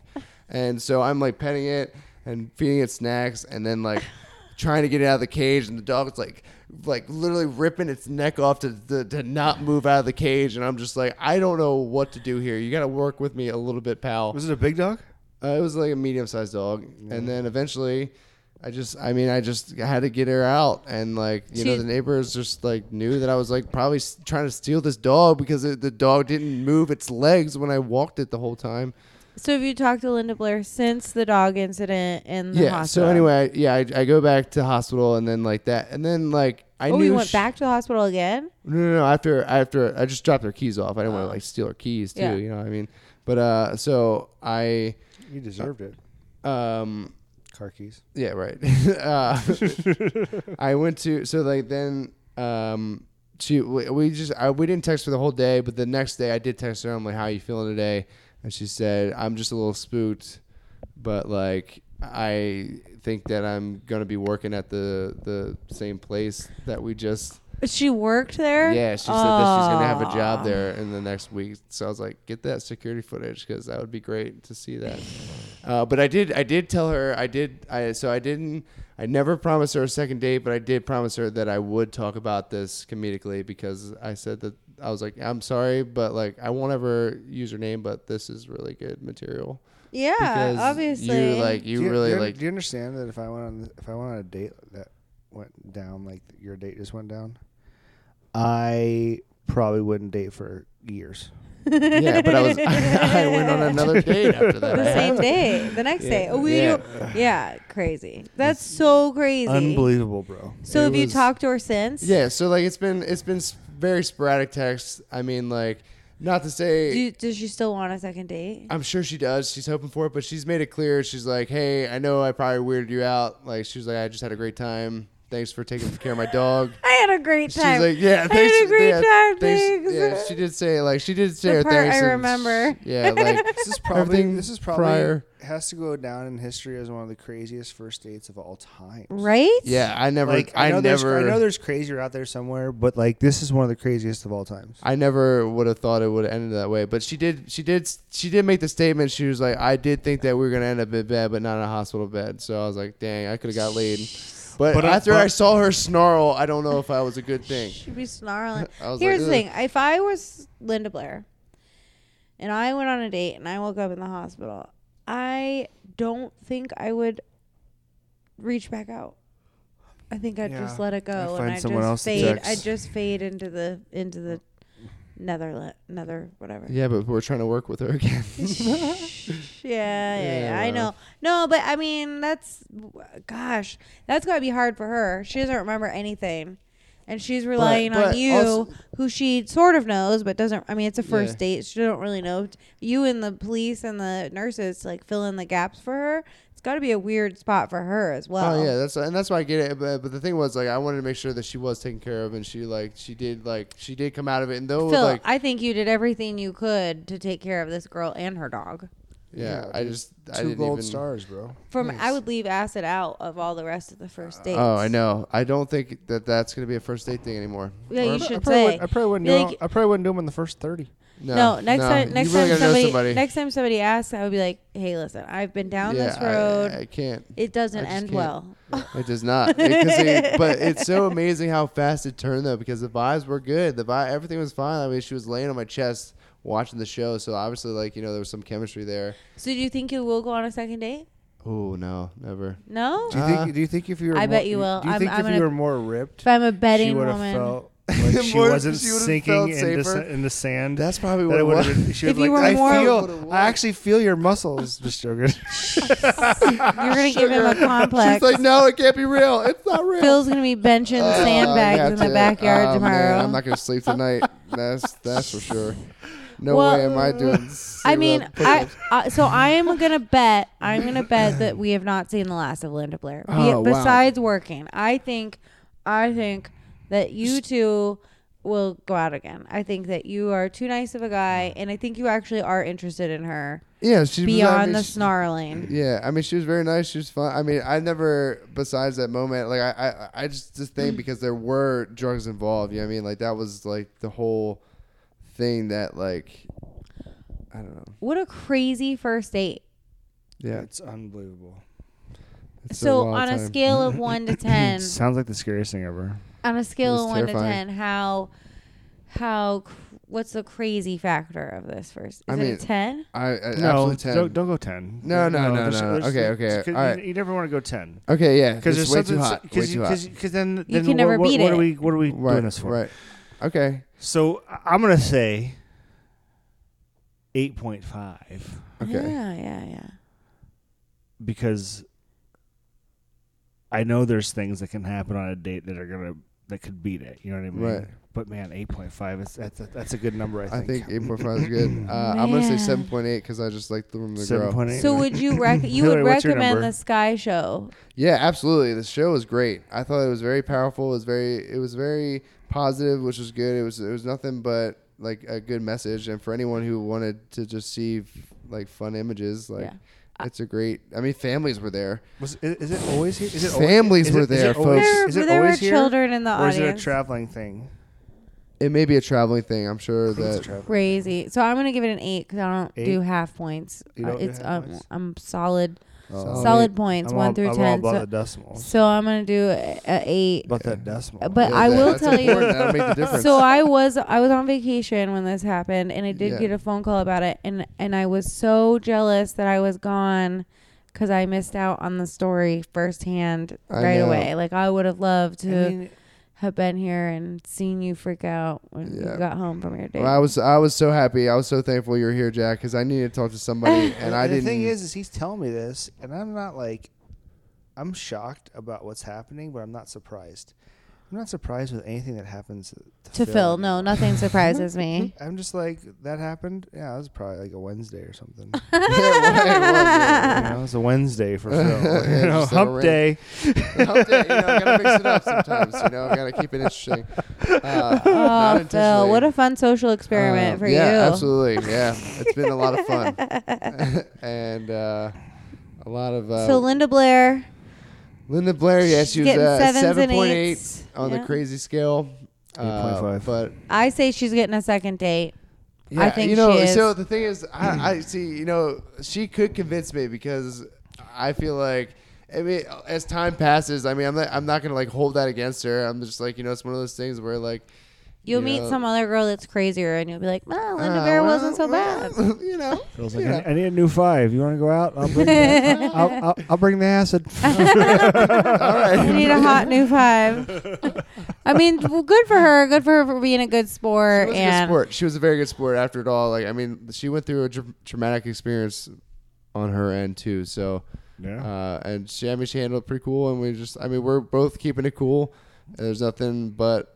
[SPEAKER 3] and so I'm like petting it and feeding it snacks and then like trying to get it out of the cage, and the dog was like, like literally ripping its neck off to, to to not move out of the cage, and I'm just like, I don't know what to do here. You got to work with me a little bit, pal.
[SPEAKER 1] Was it a big dog?
[SPEAKER 3] Uh, it was like a medium-sized dog, and then eventually, I just, I mean, I just had to get her out, and like you know,
[SPEAKER 2] She-
[SPEAKER 3] the neighbors just like knew that I was like probably s- trying to steal this dog because it, the dog didn't move its legs when I walked it the whole time.
[SPEAKER 2] So have you talked to Linda Blair since the dog incident in the
[SPEAKER 3] yeah.
[SPEAKER 2] hospital?
[SPEAKER 3] So anyway, I, yeah, I, I go back to hospital, and then like that, and then like I
[SPEAKER 2] oh, we
[SPEAKER 3] knew
[SPEAKER 2] went
[SPEAKER 3] sh-
[SPEAKER 2] back to the hospital again.
[SPEAKER 3] No, no, no. After, after I just dropped their keys off. I didn't want to like steal her keys too.
[SPEAKER 2] Oh. Yeah.
[SPEAKER 3] You know what I mean? But uh, so I,
[SPEAKER 1] You deserved it.
[SPEAKER 3] um,
[SPEAKER 1] Car keys.
[SPEAKER 3] Yeah, right. uh, I went to so like then um she we, we just I, we didn't text for the whole day, but the next day I did text her. I'm like, "How you feeling today?" And she said, "I'm just a little spooked, but like I think that I'm gonna be working at the the same place that we just."
[SPEAKER 2] She worked there.
[SPEAKER 3] Yeah, she said that she's gonna have a
[SPEAKER 2] Aw.
[SPEAKER 3] job there in the next week. So I was like, get that security footage because that would be great to see that. Uh, but I did, I did tell her, I did, I so I didn't, I never promised her a second date, but I did promise her that I would talk about this comedically because I said that I was like, I'm sorry, but like I won't ever use your name, but this is really good material.
[SPEAKER 2] Yeah,
[SPEAKER 3] Because
[SPEAKER 2] obviously.
[SPEAKER 3] you like you,
[SPEAKER 1] do
[SPEAKER 3] really
[SPEAKER 1] do you,
[SPEAKER 3] like
[SPEAKER 1] Do you understand that if I went on if I went on a date that went down like your date just went down, I probably wouldn't date for years.
[SPEAKER 3] yeah, but I was I went on another date after that.
[SPEAKER 2] the
[SPEAKER 3] I
[SPEAKER 2] same
[SPEAKER 3] had-
[SPEAKER 2] day, the next day. Oh, we
[SPEAKER 3] Yeah.
[SPEAKER 2] yeah. yeah, crazy. That's so crazy.
[SPEAKER 1] Unbelievable, bro.
[SPEAKER 2] So
[SPEAKER 3] It
[SPEAKER 2] have you
[SPEAKER 3] was-
[SPEAKER 2] talked to her since?
[SPEAKER 3] Yeah, so like it's been it's been s- very sporadic texts. I mean, like not to say
[SPEAKER 2] Do, does she still want a second date?
[SPEAKER 3] I'm sure she does. She's hoping for it, but she's made it clear. She's like, "Hey, I know I probably weirded you out. Like she's like, I just had a great time. Thanks for taking care of my dog."
[SPEAKER 2] I had a great
[SPEAKER 3] She's
[SPEAKER 2] time.
[SPEAKER 3] like, yeah,
[SPEAKER 2] I
[SPEAKER 3] thanks.
[SPEAKER 2] had a great
[SPEAKER 3] yeah,
[SPEAKER 2] time.
[SPEAKER 3] thanks-
[SPEAKER 2] Thanks.
[SPEAKER 3] Yeah, she did say like she did say
[SPEAKER 2] The
[SPEAKER 3] her
[SPEAKER 2] part I
[SPEAKER 3] thanks. and
[SPEAKER 2] remember.
[SPEAKER 3] sh- Yeah, like
[SPEAKER 1] This is probably
[SPEAKER 3] everything
[SPEAKER 1] this is probably
[SPEAKER 3] prior.
[SPEAKER 1] has to go down in history as one of the craziest first dates of all time.
[SPEAKER 2] right?
[SPEAKER 3] Yeah, I never.
[SPEAKER 1] Like
[SPEAKER 3] I,
[SPEAKER 1] I know there's
[SPEAKER 3] never.
[SPEAKER 1] I know there's crazier out there somewhere, but like this is one of the craziest of all times.
[SPEAKER 3] I never would have thought it would have ended that way, but she did. She did. She did make the statement. She was like, "I did think that we were gonna end up in bed, but not in a hospital bed." So I was like, "Dang, I could have got laid." But,
[SPEAKER 1] But, uh,
[SPEAKER 3] after
[SPEAKER 1] but-
[SPEAKER 3] I saw her snarl, I don't know if that was a good thing.
[SPEAKER 2] She'd be snarling.
[SPEAKER 3] I was
[SPEAKER 2] Here's
[SPEAKER 3] like,
[SPEAKER 2] the thing: if I was Linda Blair, and I went on a date and I woke up in the hospital, I don't think I would reach back out. I think I'd just
[SPEAKER 1] Yeah,
[SPEAKER 2] let it go
[SPEAKER 1] I'd
[SPEAKER 2] and
[SPEAKER 1] find
[SPEAKER 2] I
[SPEAKER 1] someone
[SPEAKER 2] just
[SPEAKER 1] else to
[SPEAKER 2] fade.
[SPEAKER 1] text.
[SPEAKER 2] I just fade into the into the nether nether whatever.
[SPEAKER 3] Yeah, but we're trying to work with her again.
[SPEAKER 2] yeah, yeah, yeah,
[SPEAKER 3] Yeah.
[SPEAKER 2] I know. No, but I mean, that's gosh, that's gotta be hard for her. She doesn't remember anything, and she's relying on
[SPEAKER 3] but
[SPEAKER 2] you,
[SPEAKER 3] also-
[SPEAKER 2] who she sort of knows, but doesn't. I mean, it's a first
[SPEAKER 3] Yeah.
[SPEAKER 2] date. She don't really know you and the police and the nurses to, like fill in the gaps for her. It's got to be a weird spot for her as well.
[SPEAKER 3] Oh yeah, that's and that's why I get it. But, but the thing was, like, I wanted to make sure that she was taken care of, and she like she did like she did come out of it. And though
[SPEAKER 2] Phil,
[SPEAKER 3] like
[SPEAKER 2] I think you did everything you could to take care of this girl and her dog.
[SPEAKER 3] yeah,
[SPEAKER 1] Yeah,
[SPEAKER 3] I
[SPEAKER 1] dude.
[SPEAKER 3] just I
[SPEAKER 1] Two
[SPEAKER 3] didn't
[SPEAKER 1] gold
[SPEAKER 3] even,
[SPEAKER 1] stars, bro.
[SPEAKER 2] From I would leave acid out of all the rest of the first dates.
[SPEAKER 3] Oh, I know. I don't think that that's gonna be a first date thing anymore.
[SPEAKER 2] Yeah,
[SPEAKER 1] Or
[SPEAKER 2] you
[SPEAKER 1] I,
[SPEAKER 2] should
[SPEAKER 1] I probably
[SPEAKER 2] say.
[SPEAKER 1] would- I probably wouldn't
[SPEAKER 2] Be
[SPEAKER 1] do
[SPEAKER 2] like-
[SPEAKER 1] it, I probably wouldn't do them in the first thirty.
[SPEAKER 2] No, next time,
[SPEAKER 3] you
[SPEAKER 2] next
[SPEAKER 3] really
[SPEAKER 2] time
[SPEAKER 3] gotta know
[SPEAKER 2] somebody, next time somebody asks, I would be like, "Hey, listen, I've been down this
[SPEAKER 3] I-
[SPEAKER 2] road.
[SPEAKER 3] I, can't.
[SPEAKER 2] it doesn't
[SPEAKER 3] I just
[SPEAKER 2] end
[SPEAKER 3] can't.
[SPEAKER 2] well."
[SPEAKER 3] It does not. It- 'cause it- but it's so amazing how fast it turned though, because the vibes were good. The vibe, everything was fine. I mean, she was laying on my chest watching the show, so obviously, like you know, there was some chemistry there.
[SPEAKER 2] So, do you think you will go on a second date?
[SPEAKER 3] Oh no, never.
[SPEAKER 2] No.
[SPEAKER 1] Do you
[SPEAKER 3] Uh,
[SPEAKER 1] think? Do you think if you were? more,
[SPEAKER 2] I bet you will.
[SPEAKER 1] Do you
[SPEAKER 2] I'm-
[SPEAKER 1] think
[SPEAKER 2] I'm
[SPEAKER 1] if you
[SPEAKER 2] gonna-
[SPEAKER 1] were more ripped,
[SPEAKER 2] If I'm a betting
[SPEAKER 1] she would have
[SPEAKER 2] woman,
[SPEAKER 1] felt like she
[SPEAKER 3] More-
[SPEAKER 1] wasn't
[SPEAKER 3] she would've
[SPEAKER 1] sinking
[SPEAKER 3] felt
[SPEAKER 1] into
[SPEAKER 3] safer.
[SPEAKER 1] sa- in the sand.
[SPEAKER 3] That's probably
[SPEAKER 1] that
[SPEAKER 3] what
[SPEAKER 1] it
[SPEAKER 3] it
[SPEAKER 1] would
[SPEAKER 3] was.
[SPEAKER 1] have been. She would
[SPEAKER 2] If
[SPEAKER 1] have
[SPEAKER 2] you
[SPEAKER 1] like,
[SPEAKER 2] were
[SPEAKER 1] I
[SPEAKER 2] more-
[SPEAKER 3] Would've
[SPEAKER 1] feel.
[SPEAKER 3] won.
[SPEAKER 1] I actually feel your muscles, just joking.
[SPEAKER 2] you're gonna give him a complex.
[SPEAKER 3] She's like, no, it can't be real. It's not real.
[SPEAKER 2] Phil's gonna be benching
[SPEAKER 3] Oh,
[SPEAKER 2] sandbags
[SPEAKER 3] I
[SPEAKER 2] in the
[SPEAKER 3] gotcha.
[SPEAKER 2] backyard
[SPEAKER 3] Oh,
[SPEAKER 2] tomorrow.
[SPEAKER 3] Man, I'm not gonna sleep tonight. That's that's for sure. No
[SPEAKER 2] Well,
[SPEAKER 3] way am I doing. zero
[SPEAKER 2] I mean, I,
[SPEAKER 3] push-ups.
[SPEAKER 2] I so I am gonna bet I'm gonna bet that we have not seen the last of Linda Blair. Be-
[SPEAKER 3] Oh, wow.
[SPEAKER 2] Besides working, I think, I think that you two will go out again. I think that you are too nice of a guy, and I think you actually are interested in her
[SPEAKER 3] yeah, she was- I
[SPEAKER 2] beyond
[SPEAKER 3] mean,
[SPEAKER 2] the
[SPEAKER 3] she-
[SPEAKER 2] snarling.
[SPEAKER 3] Yeah, I mean, she was very nice. She was fun. I mean, I never, besides that moment, like I, I, I just this thing
[SPEAKER 1] Mm.
[SPEAKER 3] because there were drugs involved. You know what I mean? Like that was like the whole thing that like, I don't know.
[SPEAKER 2] What a crazy first date!
[SPEAKER 3] Yeah,
[SPEAKER 1] unbelievable.
[SPEAKER 3] It's
[SPEAKER 2] so
[SPEAKER 3] long
[SPEAKER 2] on a
[SPEAKER 3] time.
[SPEAKER 2] scale of one to ten,
[SPEAKER 1] Sounds like the scariest thing ever.
[SPEAKER 2] on a
[SPEAKER 3] was
[SPEAKER 2] scale of one
[SPEAKER 3] terrifying.
[SPEAKER 2] to ten, how how cr- what's the crazy factor of this first? Is
[SPEAKER 3] I
[SPEAKER 2] it
[SPEAKER 3] mean-
[SPEAKER 2] a ten?
[SPEAKER 3] I, I
[SPEAKER 1] no,
[SPEAKER 3] absolutely 10.
[SPEAKER 1] don't, don't go ten.
[SPEAKER 3] No, no, no,
[SPEAKER 1] there's-
[SPEAKER 3] no, no.
[SPEAKER 1] there's-
[SPEAKER 3] Okay, okay,
[SPEAKER 1] you-
[SPEAKER 3] all right.
[SPEAKER 1] You never want to go ten
[SPEAKER 3] Okay, yeah,
[SPEAKER 1] because
[SPEAKER 3] because
[SPEAKER 1] there's
[SPEAKER 3] way
[SPEAKER 1] something
[SPEAKER 3] too hot. Way
[SPEAKER 1] Because
[SPEAKER 3] too hot.
[SPEAKER 1] then, then
[SPEAKER 2] can never
[SPEAKER 1] what, what-
[SPEAKER 2] beat
[SPEAKER 1] what
[SPEAKER 2] it.
[SPEAKER 1] Are we, what are we
[SPEAKER 3] Right,
[SPEAKER 1] doing this for?
[SPEAKER 3] right. Okay,
[SPEAKER 1] So I- I'm gonna say eight point five
[SPEAKER 3] okay.
[SPEAKER 2] Yeah, yeah, yeah.
[SPEAKER 1] because I know there's things that can happen on a date that are gonna that could beat it. You know what I mean?
[SPEAKER 3] Right.
[SPEAKER 1] But man, eight point five is that's a, that's a good number. I
[SPEAKER 3] I
[SPEAKER 1] think.
[SPEAKER 3] think eight point five
[SPEAKER 1] um,
[SPEAKER 3] is good. Uh, I'm gonna say
[SPEAKER 2] Man.
[SPEAKER 3] seven point eight because I just like the room to grow.
[SPEAKER 1] 7.8.
[SPEAKER 2] So would you rec- you would
[SPEAKER 1] Hillary, what's your
[SPEAKER 2] recommend
[SPEAKER 1] number?
[SPEAKER 2] the Sky Show?
[SPEAKER 3] Yeah, absolutely. The show was great. I thought it was very powerful. It was very it was very positive, which was good. It was it was nothing but like a good message. And for anyone who wanted to just see like fun images, like it's a great. I mean, families were there.
[SPEAKER 1] Was, is, is it always here? Is it always,
[SPEAKER 3] Families
[SPEAKER 1] is
[SPEAKER 3] were
[SPEAKER 1] it- is
[SPEAKER 3] there,
[SPEAKER 1] it always-
[SPEAKER 3] folks.
[SPEAKER 2] There,
[SPEAKER 1] is it
[SPEAKER 2] there were
[SPEAKER 1] always here?
[SPEAKER 2] children in the
[SPEAKER 1] or is it a
[SPEAKER 2] audience.
[SPEAKER 1] traveling thing?
[SPEAKER 3] It may be a traveling thing. I'm sure
[SPEAKER 1] It's a
[SPEAKER 3] that.
[SPEAKER 1] traveling.
[SPEAKER 2] Crazy. So I'm gonna give it an eight because I don't do
[SPEAKER 1] Eight?
[SPEAKER 2] half points.
[SPEAKER 1] You
[SPEAKER 2] Uh,
[SPEAKER 1] don't do
[SPEAKER 2] it's
[SPEAKER 1] half
[SPEAKER 2] um,
[SPEAKER 1] points?
[SPEAKER 2] I'm solid,
[SPEAKER 1] uh,
[SPEAKER 3] Oh,
[SPEAKER 2] solid
[SPEAKER 3] eight.
[SPEAKER 2] points
[SPEAKER 1] I'm
[SPEAKER 2] one
[SPEAKER 1] all,
[SPEAKER 2] through
[SPEAKER 1] I'm all
[SPEAKER 2] ten.
[SPEAKER 1] about
[SPEAKER 2] So,
[SPEAKER 1] the decimals.
[SPEAKER 2] so I'm gonna do a, a eight.
[SPEAKER 1] about that decimal.
[SPEAKER 2] But I
[SPEAKER 3] that-
[SPEAKER 2] will
[SPEAKER 3] that's
[SPEAKER 2] tell you-
[SPEAKER 3] important. That'll make the difference.
[SPEAKER 2] so I was I was on vacation when this happened, and I did
[SPEAKER 3] Yeah.
[SPEAKER 2] get a phone call about it, and and I was so jealous that I was gone because I missed out on the story firsthand
[SPEAKER 3] I
[SPEAKER 2] right
[SPEAKER 3] know.
[SPEAKER 2] away. Like I would have loved
[SPEAKER 1] I
[SPEAKER 2] to
[SPEAKER 1] mean,
[SPEAKER 2] have been here and seen you freak out when
[SPEAKER 3] Yeah.
[SPEAKER 2] you got home from your date.
[SPEAKER 3] Well, I was I was so happy. I was so thankful you were here, Jack, because I needed to talk to somebody, and I
[SPEAKER 1] the
[SPEAKER 3] didn't.
[SPEAKER 1] thing is, is he's telling me this, and I'm not like, I'm shocked about what's happening, but I'm not surprised. I'm not surprised with anything that happens to,
[SPEAKER 2] to Phil, no, nothing surprises me.
[SPEAKER 1] I'm just like that happened. Yeah, it was probably like a Wednesday or something. you know, it was a Wednesday for Phil.
[SPEAKER 3] Yeah,
[SPEAKER 1] you know,
[SPEAKER 3] just a little
[SPEAKER 1] hump
[SPEAKER 3] rant.
[SPEAKER 1] day.
[SPEAKER 3] Hump day, you know, gotta mix it up sometimes. You know, gotta keep it interesting. Uh, not
[SPEAKER 2] oh, Phil,
[SPEAKER 3] intentionally.
[SPEAKER 2] what a fun social experiment
[SPEAKER 3] Uh,
[SPEAKER 2] for
[SPEAKER 3] yeah,
[SPEAKER 2] you.
[SPEAKER 3] absolutely. Yeah, it's been a lot of fun, and uh, a lot of uh,
[SPEAKER 2] So Linda Blair,
[SPEAKER 3] Linda Blair. Yes, she was
[SPEAKER 2] getting
[SPEAKER 3] uh,
[SPEAKER 2] sevens and
[SPEAKER 3] seven point eight
[SPEAKER 2] eights.
[SPEAKER 3] on the
[SPEAKER 2] Yeah.
[SPEAKER 3] crazy scale. Uh,
[SPEAKER 1] 8.5.
[SPEAKER 3] but
[SPEAKER 2] I say she's getting a second date.
[SPEAKER 3] yeah,
[SPEAKER 2] think
[SPEAKER 3] you know.
[SPEAKER 2] she is.
[SPEAKER 3] So the thing is, I, I see. You know, she could convince me because I feel like. I mean, as time passes, I mean, I'm not, I'm not gonna like hold that against her. I'm just like, you know, it's one of those things where like,
[SPEAKER 2] You'll
[SPEAKER 3] you
[SPEAKER 2] meet
[SPEAKER 3] know,
[SPEAKER 2] some other girl that's crazier, and you'll be like, "Nah, Linda
[SPEAKER 3] "Ah,
[SPEAKER 2] Blair
[SPEAKER 3] well,
[SPEAKER 2] wasn't so bad."
[SPEAKER 3] well," you know,
[SPEAKER 1] Phil's like,
[SPEAKER 3] you know.
[SPEAKER 1] I, I need a new five. You want to go out? I'll bring, the, I'll, I'll, I'll bring the acid.
[SPEAKER 2] You need a hot new five. I mean, well, good for her. Good for her for being a good
[SPEAKER 3] She
[SPEAKER 2] sport.
[SPEAKER 3] was a good
[SPEAKER 2] and
[SPEAKER 3] sport. She was a very good sport after it all. Like I mean, she went through a dr- traumatic experience on her end too. So,
[SPEAKER 1] Yeah.
[SPEAKER 3] uh, and she, I mean, she handled it pretty cool. And we just, I mean, we're both keeping it cool. And there's nothing but,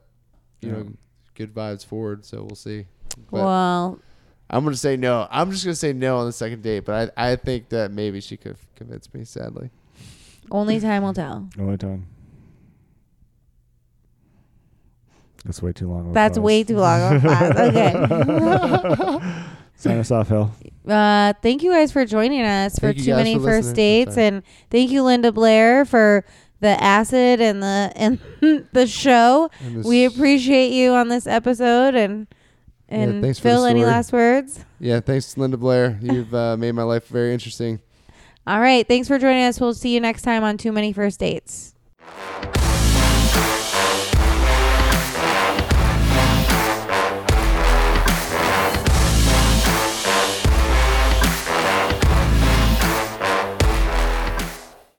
[SPEAKER 3] you
[SPEAKER 1] Yeah.
[SPEAKER 3] know, good vibes forward. So we'll see. But
[SPEAKER 2] well,
[SPEAKER 3] I'm gonna say no. I'm just gonna say no on the second date. But I, I think that maybe she could convince me. Sadly,
[SPEAKER 2] only time will tell.
[SPEAKER 1] Only time. That's way too long. of a
[SPEAKER 2] That's
[SPEAKER 1] pause.
[SPEAKER 2] way too long. of a pause. Okay.
[SPEAKER 1] Sign us off, Hill.
[SPEAKER 2] Uh, thank you guys for joining us for
[SPEAKER 3] Thank you
[SPEAKER 2] too
[SPEAKER 3] guys
[SPEAKER 2] many
[SPEAKER 3] for
[SPEAKER 2] first
[SPEAKER 3] listening.
[SPEAKER 2] dates,
[SPEAKER 3] Sorry.
[SPEAKER 2] and thank you, Linda Blair, for the acid and the and the show.
[SPEAKER 3] And this-
[SPEAKER 2] We appreciate you on this episode, and
[SPEAKER 3] Yeah,
[SPEAKER 2] and
[SPEAKER 3] thanks for the
[SPEAKER 2] Phil, any
[SPEAKER 3] story.
[SPEAKER 2] last words?
[SPEAKER 3] Yeah, thanks, Linda Blair. You've uh, made my life very interesting.
[SPEAKER 2] All right. Thanks for joining us. We'll see you next time on Too Many First Dates.